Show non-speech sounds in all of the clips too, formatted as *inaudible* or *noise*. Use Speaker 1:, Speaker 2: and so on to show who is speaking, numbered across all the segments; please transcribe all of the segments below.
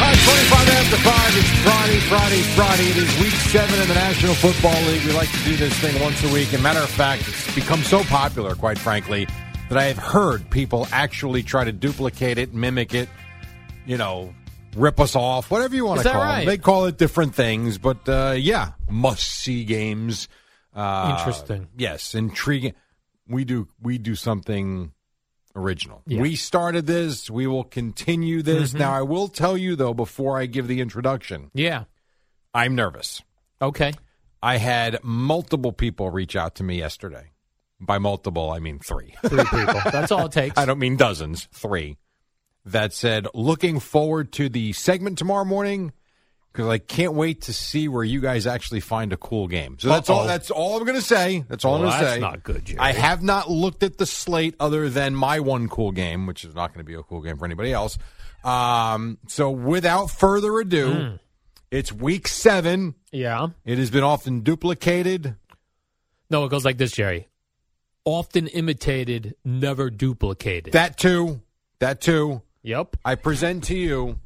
Speaker 1: All right, 25 after 5. It's Friday, Friday, Friday. It is week 7 in the National Football League. We like to do this thing once a week. And matter of fact, it's become so popular, quite frankly, that I have heard people actually try to duplicate it, mimic it, you know, rip us off, whatever you want
Speaker 2: Is
Speaker 1: to
Speaker 2: that
Speaker 1: call it.
Speaker 2: right?
Speaker 1: They call it different things, but uh, yeah, must see games. Uh,
Speaker 2: Interesting.
Speaker 1: Yes, intriguing. We do we do something original.
Speaker 2: Yeah. Mm-hmm.
Speaker 1: We started this. We will continue this. Now, I will tell you, though, before I give the introduction,
Speaker 2: Yeah.
Speaker 1: I'm nervous.
Speaker 2: Okay.
Speaker 1: I had multiple people reach out to me yesterday. By multiple, I mean three.
Speaker 2: Three people. *laughs* That's all it takes.
Speaker 1: I don't mean dozens, three. That said, looking forward to the segment tomorrow morning because I can't wait to see where you guys actually find a cool game. So that's all.
Speaker 2: Uh-oh.
Speaker 1: That's all I'm going to say. That's all I'm
Speaker 2: Well,
Speaker 1: going to
Speaker 2: that's
Speaker 1: say.
Speaker 2: not good, Jerry.
Speaker 1: I have not looked at the slate other than my one cool game, which is not going to be a cool game for anybody else. Um, so without further ado, it's week seven.
Speaker 2: yeah.
Speaker 1: It has been often duplicated.
Speaker 2: No, it goes like this, Jerry. Often imitated, never duplicated.
Speaker 1: That too. That too.
Speaker 2: yep.
Speaker 1: I present to you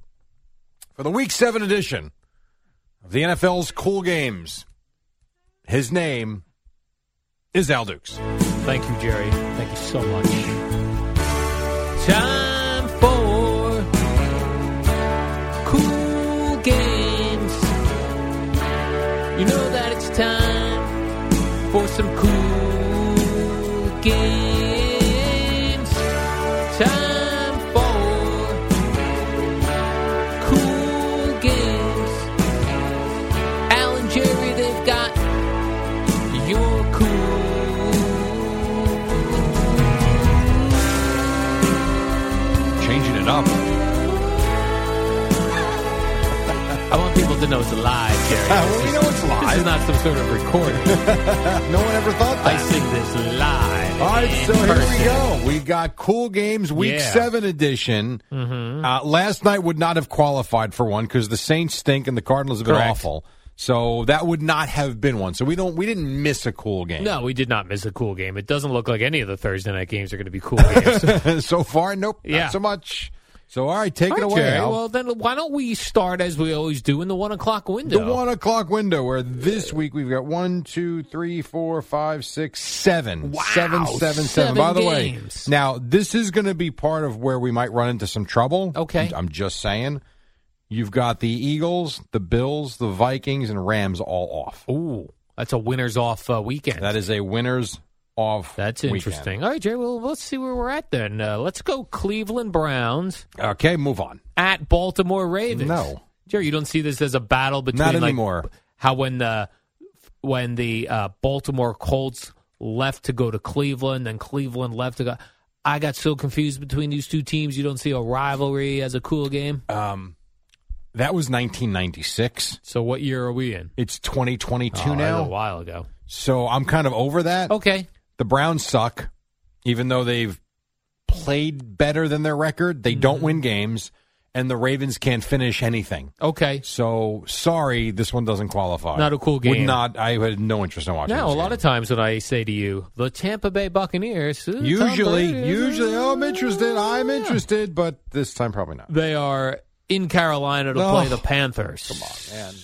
Speaker 1: for the Week 7 edition of the NFL's Cool Games. His name is Al Dukes.
Speaker 2: Thank you, Jerry. Thank you so much. Time for cool games. You know that it's time for some cool games. Time for cool games. Al and Jerry, they've got your cool
Speaker 1: Changing it up.
Speaker 2: I want people to know it's live, Jerry.
Speaker 1: well, we Oh, know it's
Speaker 2: This is
Speaker 1: live.
Speaker 2: not some sort of
Speaker 1: *laughs*
Speaker 2: recording.
Speaker 1: no one ever thought
Speaker 2: I
Speaker 1: that.
Speaker 2: sing this live.
Speaker 1: All right,
Speaker 2: in
Speaker 1: so here
Speaker 2: person.
Speaker 1: we go. We got Cool Games Week
Speaker 2: Yeah. Mm-hmm.
Speaker 1: 7 edition. Uh, last night would not have qualified for one because the Saints stink and the Cardinals have been
Speaker 2: Correct.
Speaker 1: awful. So that would not have been one. So we don't we didn't miss a cool game.
Speaker 2: No, we did not miss a cool game. It doesn't look like any of the Thursday night games are going to be cool
Speaker 1: *laughs*
Speaker 2: games. *laughs* All
Speaker 1: so far, nope.
Speaker 2: Yeah.
Speaker 1: Not so much. So all right, take
Speaker 2: right,
Speaker 1: it away.
Speaker 2: Jerry,
Speaker 1: Al.
Speaker 2: well, then why don't we start as we always do in the one o'clock window?
Speaker 1: The one o'clock window where this week we've got one, two, three, four, five, six, seven.
Speaker 2: Wow,
Speaker 1: Seven, seven,
Speaker 2: seven
Speaker 1: seven. By the
Speaker 2: games.
Speaker 1: way, now this is going to be part of where we might run into some trouble.
Speaker 2: Okay.
Speaker 1: I'm, I'm just saying. You've got the Eagles, the Bills, the Vikings, and Rams all off.
Speaker 2: Ooh, that's a winners off uh, weekend.
Speaker 1: That is a winners off.
Speaker 2: That's
Speaker 1: weekend.
Speaker 2: interesting. All right, Jerry. Well, let's see where we're at then. Uh, let's go Cleveland Browns
Speaker 1: Okay, move on.
Speaker 2: at Baltimore Ravens.
Speaker 1: No.
Speaker 2: Jerry, you don't see this as a battle between
Speaker 1: Not
Speaker 2: like,
Speaker 1: anymore.
Speaker 2: how when the when the uh, Baltimore Colts left to go to Cleveland, then Cleveland left to go. I got so confused between these two teams. You don't see a rivalry as a cool game.
Speaker 1: Um, that was 1996.
Speaker 2: So what year are we in?
Speaker 1: It's 2022
Speaker 2: Oh, that was a
Speaker 1: now.
Speaker 2: while ago.
Speaker 1: So I'm kind of over that.
Speaker 2: Okay,
Speaker 1: the Browns suck, even though they've played better than their record. They don't
Speaker 2: Mm-hmm.
Speaker 1: win games, and the Ravens can't finish anything.
Speaker 2: okay.
Speaker 1: So sorry, this one doesn't qualify.
Speaker 2: Not a cool
Speaker 1: Would
Speaker 2: game.
Speaker 1: not. I had no interest in watching.
Speaker 2: Now,
Speaker 1: this
Speaker 2: a lot
Speaker 1: game.
Speaker 2: of times when I say to you, the Tampa Bay Buccaneers, ooh, Tom
Speaker 1: Usually,
Speaker 2: Brady,
Speaker 1: usually, oh, I'm interested. I'm
Speaker 2: yeah.
Speaker 1: interested, but this time probably not.
Speaker 2: They are in Carolina to play
Speaker 1: Oh,
Speaker 2: the Panthers. Come on.
Speaker 1: Man,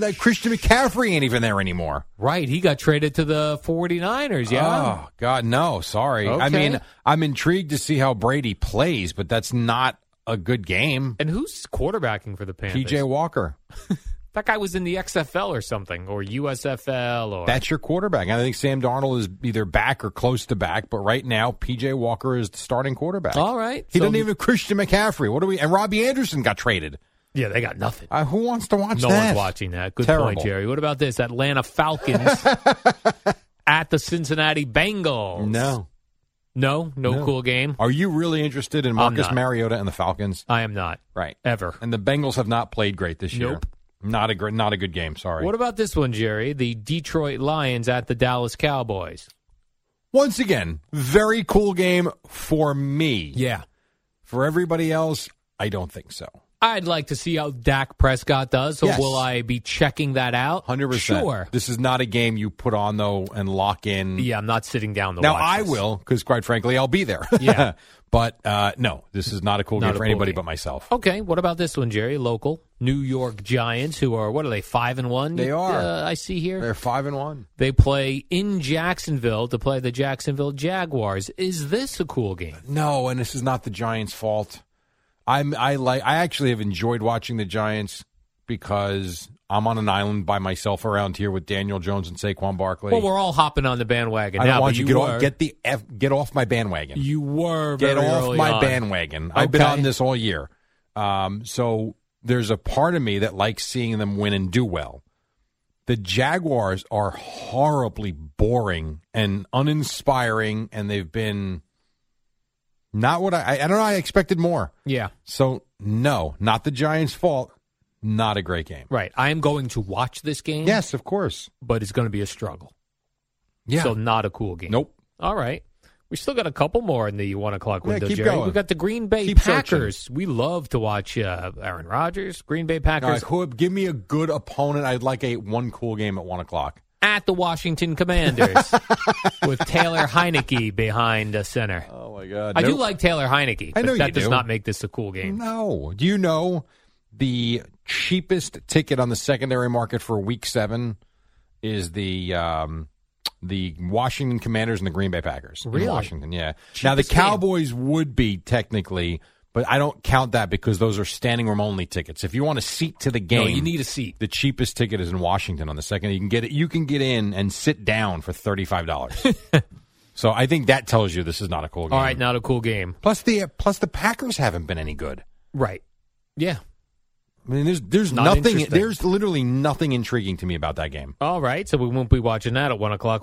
Speaker 1: like Christian McCaffrey ain't even there anymore.
Speaker 2: Right, he got traded to the 49ers, yeah.
Speaker 1: Oh God, no. Sorry. I
Speaker 2: Okay.
Speaker 1: mean, I'm intrigued to see how Brady plays, but that's not a good game.
Speaker 2: And who's quarterbacking for the Panthers?
Speaker 1: PJ Walker.
Speaker 2: That guy was in the XFL or something, or USFL, or
Speaker 1: That's your quarterback. I think Sam Darnold is either back or close to back, but right now PJ Walker is the starting quarterback.
Speaker 2: all right.
Speaker 1: He
Speaker 2: Oh, so-
Speaker 1: doesn't even have Christian McCaffrey. What do we? And Robbie Anderson got traded.
Speaker 2: Yeah, they got nothing.
Speaker 1: Uh, who wants to watch
Speaker 2: no
Speaker 1: that?
Speaker 2: one's watching that. Good
Speaker 1: Terrible.
Speaker 2: point, Jerry. What about this?
Speaker 1: *laughs*
Speaker 2: Atlanta Falcons at the Cincinnati Bengals.
Speaker 1: No.
Speaker 2: no, no,
Speaker 1: No.
Speaker 2: cool game.
Speaker 1: Are you really interested in Marcus
Speaker 2: not.
Speaker 1: Mariota and the Falcons?
Speaker 2: I am not
Speaker 1: Right.
Speaker 2: ever.
Speaker 1: And the Bengals have not played great this year.
Speaker 2: Nope.
Speaker 1: Not a great, not a good game. Sorry.
Speaker 2: What about this one, Jerry? The Detroit Lions at the Dallas Cowboys.
Speaker 1: Once again, very cool game for me.
Speaker 2: Yeah.
Speaker 1: For everybody else, I don't think so.
Speaker 2: I'd like to see how Dak Prescott does. So
Speaker 1: Yes.
Speaker 2: will I be checking that out?
Speaker 1: Hundred percent.
Speaker 2: Sure.
Speaker 1: This is not a game you put on though and lock in.
Speaker 2: Yeah, I'm not sitting down to
Speaker 1: Now
Speaker 2: watch
Speaker 1: I
Speaker 2: this.
Speaker 1: will, because quite frankly, I'll be there.
Speaker 2: Yeah.
Speaker 1: *laughs* but uh, no, this is not a cool
Speaker 2: Not
Speaker 1: game
Speaker 2: a
Speaker 1: for
Speaker 2: cool
Speaker 1: anybody
Speaker 2: game. Oh.
Speaker 1: but myself.
Speaker 2: Okay, what about this one, Jerry? Local New York Giants, who are what are they five and one?
Speaker 1: They are.
Speaker 2: Uh, I see here
Speaker 1: They're five and one.
Speaker 2: they play in Jacksonville to play the Jacksonville Jaguars. Is this a cool game?
Speaker 1: No, and this is not the Giants' fault. I'm I like I actually have enjoyed watching the Giants because I'm on an island by myself around here with Daniel Jones and Saquon Barkley.
Speaker 2: Well, we're all hopping on the bandwagon
Speaker 1: I
Speaker 2: now.
Speaker 1: don't want
Speaker 2: but
Speaker 1: you
Speaker 2: you
Speaker 1: to get
Speaker 2: were,
Speaker 1: off get the F, get off my bandwagon.
Speaker 2: you were
Speaker 1: get
Speaker 2: very
Speaker 1: off
Speaker 2: early
Speaker 1: my
Speaker 2: on.
Speaker 1: bandwagon. I've been
Speaker 2: Okay.
Speaker 1: on this all year. Um, so there's a part of me that likes seeing them win and do well. The Jaguars are horribly boring and uninspiring, and they've been not what I, I don't know. I expected more.
Speaker 2: Yeah,
Speaker 1: So no, not the Giants' fault. Not a great game.
Speaker 2: right. I am going to watch this game.
Speaker 1: Yes, of course.
Speaker 2: but it's going to be a struggle.
Speaker 1: Yeah.
Speaker 2: So not a cool game.
Speaker 1: nope.
Speaker 2: All right. We still got a couple more in the one o'clock
Speaker 1: Yeah,
Speaker 2: window,
Speaker 1: keep
Speaker 2: Jerry.
Speaker 1: going.
Speaker 2: We got the Green Bay
Speaker 1: Keep searching.
Speaker 2: Packers. We love to watch uh, Aaron Rodgers, Green Bay Packers
Speaker 1: All right, who- give me a good opponent. I'd like a one cool game at one o'clock.
Speaker 2: at the
Speaker 1: *laughs*
Speaker 2: Washington Commanders with Taylor Heineke behind the center.
Speaker 1: Oh my god!
Speaker 2: I do like Taylor Heineke.
Speaker 1: I
Speaker 2: but
Speaker 1: know you
Speaker 2: that does
Speaker 1: do.
Speaker 2: not make this a cool game.
Speaker 1: No. Do you know the cheapest ticket on the secondary market for Week Seven is the um, the Washington Commanders and the Green Bay Packers in
Speaker 2: Really?
Speaker 1: Washington? Yeah. now the
Speaker 2: Cheapest game.
Speaker 1: Cowboys would be technically, but I don't count that because those are standing room only tickets. If you want a seat to the game,
Speaker 2: No, you need a seat.
Speaker 1: the cheapest ticket is in Washington on the second. You can get it. You can get in and sit down for thirty five dollars.
Speaker 2: *laughs*
Speaker 1: so I think that tells you this is not a cool game.
Speaker 2: All right, not a cool game.
Speaker 1: Plus the plus the Packers haven't been any good.
Speaker 2: Right. Yeah.
Speaker 1: I mean, there's there's
Speaker 2: Not
Speaker 1: nothing.
Speaker 2: interesting.
Speaker 1: There's literally nothing intriguing to me about that game.
Speaker 2: All right. So we won't be watching that at one o'clock.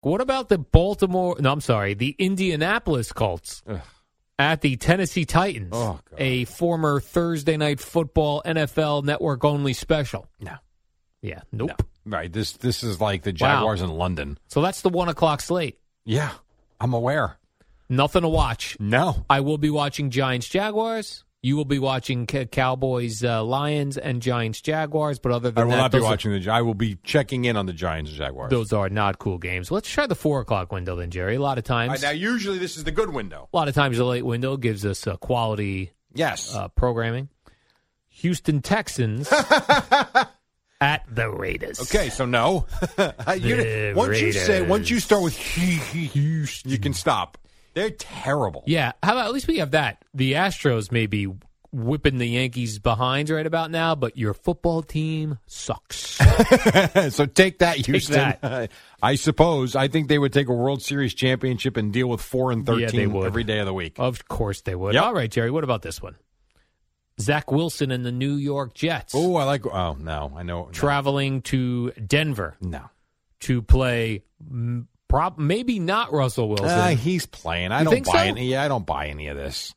Speaker 2: What about the Baltimore? No, I'm sorry, the Indianapolis Colts
Speaker 1: Ugh.
Speaker 2: at the Tennessee Titans,
Speaker 1: Oh, God.
Speaker 2: a former Thursday Night Football NFL Network only special.
Speaker 1: No.
Speaker 2: Yeah, nope.
Speaker 1: Right. This this is like the
Speaker 2: Wow.
Speaker 1: Jaguars in London.
Speaker 2: So that's the one o'clock slate.
Speaker 1: Yeah, I'm aware.
Speaker 2: Nothing to watch.
Speaker 1: No.
Speaker 2: I will be watching Giants Jaguars. You will be watching C- Cowboys uh, Lions and Giants Jaguars. But other than
Speaker 1: I will
Speaker 2: that,
Speaker 1: not be
Speaker 2: those are-
Speaker 1: watching the. Gi- I will be checking in on the Giants and Jaguars.
Speaker 2: Those are not cool games. Let's try the four o'clock window then, Jerry. A lot of
Speaker 1: All
Speaker 2: times,
Speaker 1: right, now, usually this is the good window.
Speaker 2: a lot of times, the late window gives us uh, quality
Speaker 1: Yes.
Speaker 2: uh, programming.
Speaker 1: *laughs*
Speaker 2: Houston Texans at the Raiders.
Speaker 1: okay. So no. *laughs* You-
Speaker 2: The
Speaker 1: once you say, once you
Speaker 2: Raiders.
Speaker 1: start with Houston, you can stop. They're terrible.
Speaker 2: Yeah. How about at least we have that? The Astros may be whipping the Yankees behind right about now, but your football team sucks.
Speaker 1: *laughs* so take that, Houston.
Speaker 2: that.
Speaker 1: *laughs* I suppose. I think they would take a World Series championship and deal with four and
Speaker 2: Yeah, they
Speaker 1: thirteen
Speaker 2: would.
Speaker 1: every day of the week.
Speaker 2: Of course they would.
Speaker 1: Yep.
Speaker 2: All right, Jerry, what about this one? Zach Wilson and the New York Jets
Speaker 1: Oh, I like. Oh no, I know. no.
Speaker 2: traveling to Denver
Speaker 1: No,
Speaker 2: to play m- prob- maybe not Russell Wilson.
Speaker 1: Uh, he's playing. I
Speaker 2: You
Speaker 1: don't
Speaker 2: think
Speaker 1: buy
Speaker 2: so?
Speaker 1: any. Yeah, I don't buy any of this.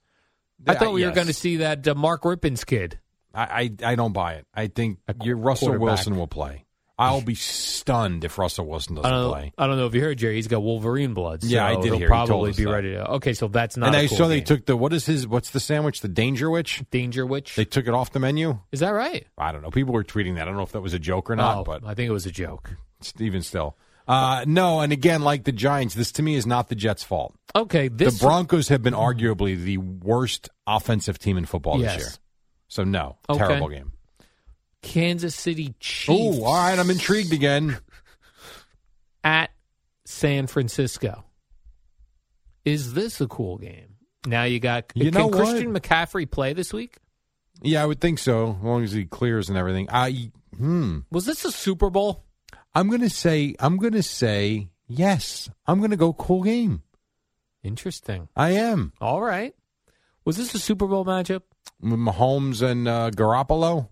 Speaker 2: I thought we
Speaker 1: Yes.
Speaker 2: were going to see that uh, Mark Rippin's kid.
Speaker 1: I, I I don't buy it. I think
Speaker 2: A qu-
Speaker 1: your Russell
Speaker 2: quarterback.
Speaker 1: Wilson will play. I'll be stunned if Russell Wilson
Speaker 2: I
Speaker 1: doesn't
Speaker 2: don't, know,
Speaker 1: play.
Speaker 2: I don't know if you heard Jerry. He's got Wolverine blood. So
Speaker 1: Yeah, I did
Speaker 2: He'll
Speaker 1: hear. He told
Speaker 2: probably
Speaker 1: us
Speaker 2: be
Speaker 1: that.
Speaker 2: ready to. Okay, so that's not.
Speaker 1: and
Speaker 2: a
Speaker 1: I
Speaker 2: cool
Speaker 1: saw they
Speaker 2: game.
Speaker 1: took the what is his what's the sandwich? The Danger Witch.
Speaker 2: Danger Witch.
Speaker 1: They took it off the menu.
Speaker 2: Is that right?
Speaker 1: I don't know. People were tweeting that. I don't know if that was a joke or not,
Speaker 2: Oh,
Speaker 1: but
Speaker 2: I think it was a joke.
Speaker 1: even still. Uh, no, and again, like the Giants, this to me is not the Jets' fault.
Speaker 2: Okay, this
Speaker 1: the Broncos have been arguably the worst offensive team in football
Speaker 2: yes.
Speaker 1: this year. So no,
Speaker 2: Okay.
Speaker 1: terrible game.
Speaker 2: Kansas City Chiefs.
Speaker 1: Oh, all right, I'm intrigued again.
Speaker 2: At San Francisco. Is this a cool game? Now you got.
Speaker 1: You
Speaker 2: can
Speaker 1: know what?
Speaker 2: Christian McCaffrey play this week?
Speaker 1: Yeah, I would think so, as long as he clears and everything. I hmm.
Speaker 2: Was this a Super Bowl?
Speaker 1: I'm gonna say I'm gonna say yes. I'm gonna go cool game.
Speaker 2: Interesting.
Speaker 1: I am.
Speaker 2: All right. Was this a Super Bowl matchup?
Speaker 1: Mahomes and uh, Garoppolo.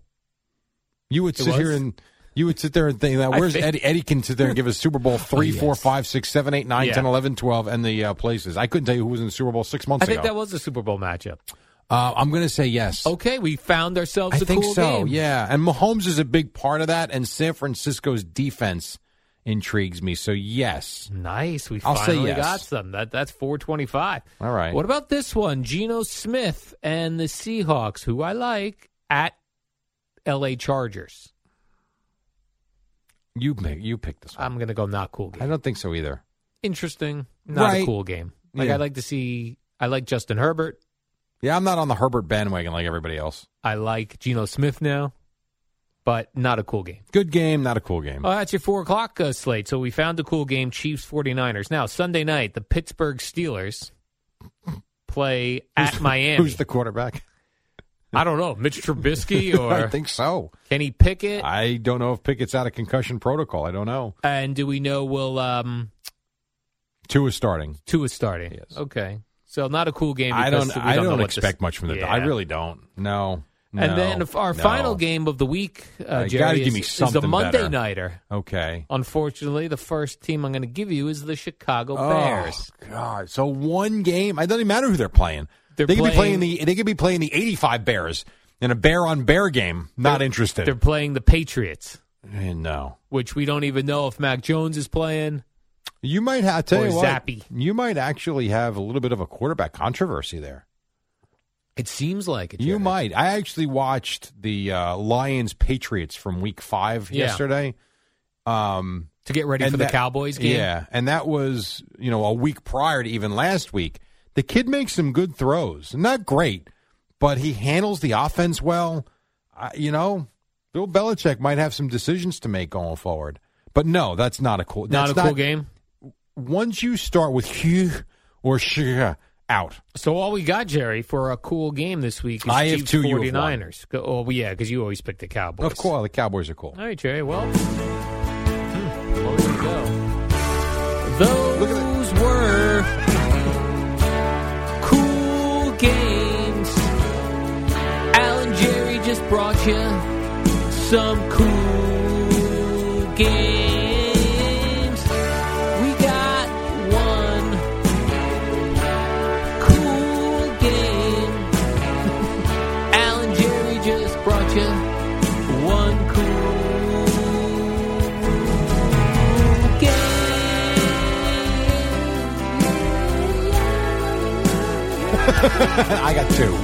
Speaker 1: You would
Speaker 2: It
Speaker 1: sit here
Speaker 2: was?
Speaker 1: and you would sit there and think that
Speaker 2: I
Speaker 1: where's
Speaker 2: think-
Speaker 1: Eddie? Eddie can sit there and give us
Speaker 2: *laughs*
Speaker 1: Super Bowl three,
Speaker 2: yes.
Speaker 1: four, five, six, seven, eight, nine,
Speaker 2: Yeah.
Speaker 1: 10, 11, 12, and the uh, places. I couldn't tell you who was in the Super Bowl six months
Speaker 2: I think
Speaker 1: ago.
Speaker 2: that was Oh, a Super Bowl matchup.
Speaker 1: uh, I'm going to say yes.
Speaker 2: Okay, we found ourselves
Speaker 1: I
Speaker 2: a
Speaker 1: think
Speaker 2: cool
Speaker 1: so.
Speaker 2: game.
Speaker 1: Yeah, and Mahomes is a big part of that, and San Francisco's defense intrigues me. So yes,
Speaker 2: Nice. We
Speaker 1: I'll say
Speaker 2: finally
Speaker 1: yes.
Speaker 2: got some. That that's 425.
Speaker 1: All right.
Speaker 2: What about this one? Geno Smith and the Seahawks, who I like, at LA Chargers.
Speaker 1: you pick, you pick this one.
Speaker 2: I'm going to go not cool
Speaker 1: I
Speaker 2: game.
Speaker 1: don't think so either.
Speaker 2: Interesting. Not
Speaker 1: Right.
Speaker 2: a cool game. Like
Speaker 1: Yeah.
Speaker 2: I like to see I like Justin Herbert.
Speaker 1: Yeah, I'm not on the Herbert bandwagon like everybody else.
Speaker 2: I like Geno Smith now, but not a cool game.
Speaker 1: Good game, not a cool game.
Speaker 2: Oh, that's your four o'clock uh, slate. So we found the cool game Chiefs 49ers. Now, Sunday night, the Pittsburgh Steelers play at Miami.
Speaker 1: Who's the quarterback?
Speaker 2: I don't know, Mitch Trubisky
Speaker 1: *laughs* I
Speaker 2: or
Speaker 1: think so.
Speaker 2: Kenny Pickett.
Speaker 1: I don't know if Pickett's out of concussion protocol. I don't know.
Speaker 2: and do we know will um,
Speaker 1: Two is starting.
Speaker 2: two is starting?
Speaker 1: Yes.
Speaker 2: Okay. So not a cool game.
Speaker 1: I
Speaker 2: because
Speaker 1: don't.
Speaker 2: we
Speaker 1: I
Speaker 2: don't, know
Speaker 1: don't
Speaker 2: what this-
Speaker 1: expect much from the.
Speaker 2: Yeah.
Speaker 1: I really don't. No.
Speaker 2: And
Speaker 1: no,
Speaker 2: then if our
Speaker 1: no.
Speaker 2: final game of the week, uh,
Speaker 1: You gotta
Speaker 2: Jerry,
Speaker 1: give me
Speaker 2: is, is the
Speaker 1: something
Speaker 2: Monday
Speaker 1: better.
Speaker 2: nighter.
Speaker 1: Okay.
Speaker 2: Unfortunately, the first team I'm going to give you is the Chicago
Speaker 1: Oh,
Speaker 2: Bears.
Speaker 1: God. So one game. It doesn't even matter who they're playing.
Speaker 2: They're
Speaker 1: they could be playing
Speaker 2: playing-
Speaker 1: the. They could be playing the eighty-five Bears in a bear on bear game. Not interested.
Speaker 2: They're playing the Patriots.
Speaker 1: Eh, no.
Speaker 2: which we don't even know if Mac Jones is playing.
Speaker 1: You might have. Tell
Speaker 2: Or
Speaker 1: you what,
Speaker 2: Zappy.
Speaker 1: You might actually have a little bit of a quarterback controversy there.
Speaker 2: It seems like it.
Speaker 1: You
Speaker 2: Jerry.
Speaker 1: might. I actually watched the uh, Lions Patriots from Week Five
Speaker 2: Yeah.
Speaker 1: yesterday. Um,
Speaker 2: to get ready
Speaker 1: and
Speaker 2: for
Speaker 1: that-
Speaker 2: the Cowboys game.
Speaker 1: Yeah, and that was you know a week prior to even last week. The kid makes some good throws, not great, but he handles the offense well. I, you know, Bill Belichick might have some decisions to make going forward. But no, that's not a cool.
Speaker 2: not
Speaker 1: that's
Speaker 2: a cool game.
Speaker 1: Once you start with *laughs* Hugh or Shua out,
Speaker 2: So all we got, Jerry, for a cool game this week is
Speaker 1: I have
Speaker 2: Chiefs
Speaker 1: two, you have one.
Speaker 2: 49ers. Go- Oh yeah, because you always pick the Cowboys.
Speaker 1: of course the Cowboys are cool.
Speaker 2: All right, Jerry. Well, hmm, well, there you go. Those were cool games. Alan Jerry just brought you some cool games. We got one cool game. *laughs* Alan Jerry just brought you one cool game.
Speaker 1: I got two.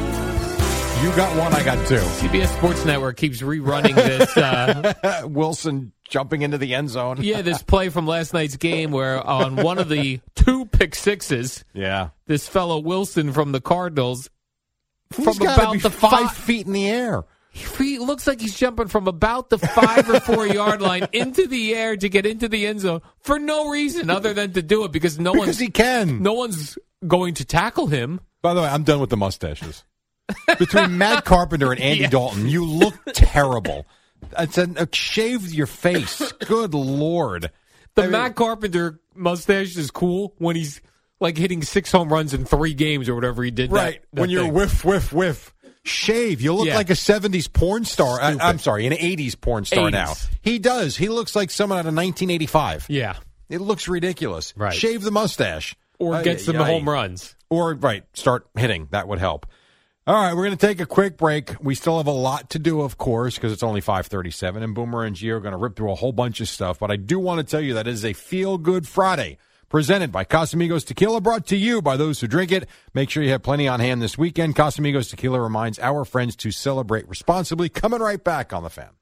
Speaker 1: You got one. I got two.
Speaker 2: CBS Sports Network keeps rerunning this. *laughs* Uh,
Speaker 1: Wilson jumping into the end zone.
Speaker 2: yeah, this play from last night's game where on one of the two pick sixes,
Speaker 1: Yeah.
Speaker 2: this fellow Wilson from the Cardinals,
Speaker 1: He's
Speaker 2: from
Speaker 1: gotta
Speaker 2: about
Speaker 1: be
Speaker 2: the
Speaker 1: five
Speaker 2: fi-
Speaker 1: feet in the air.
Speaker 2: he looks like he's jumping from about the five or four yard line into the air to get into the end zone for no reason other than to do it because no
Speaker 1: because
Speaker 2: one's
Speaker 1: he can.
Speaker 2: Oh, no one's going to tackle him.
Speaker 1: By the way, I'm done with the mustaches. Between Matt Carpenter and Andy Dalton, you look terrible. It's an, uh, shave your face. Good lord.
Speaker 2: The
Speaker 1: I mean-
Speaker 2: Matt Carpenter mustache is cool when he's like hitting six home runs in three games or whatever he did. that-
Speaker 1: Right.
Speaker 2: that
Speaker 1: when you're
Speaker 2: thing.
Speaker 1: whiff, whiff, whiff. Shave. You look
Speaker 2: Yeah.
Speaker 1: like a 70s porn star. I, I'm sorry, an 80s porn star now.
Speaker 2: 80s.
Speaker 1: He does. He looks like someone out of 1985.
Speaker 2: yeah,
Speaker 1: It looks ridiculous.
Speaker 2: Right.
Speaker 1: Shave the mustache.
Speaker 2: or
Speaker 1: Ay,
Speaker 2: gets them
Speaker 1: ay,
Speaker 2: home
Speaker 1: ay.
Speaker 2: runs.
Speaker 1: Or right, start hitting. That would help. All right, we're going to take a quick break. We still have a lot to do, of course, because it's only 537, and Boomer and Gio are going to rip through a whole bunch of stuff. But I do want to tell you that it is a feel-good Friday presented by Casamigos Tequila, brought to you by those who drink it. Make sure you have plenty on hand this weekend. Casamigos Tequila reminds our friends to celebrate responsibly. Coming right back on the fan.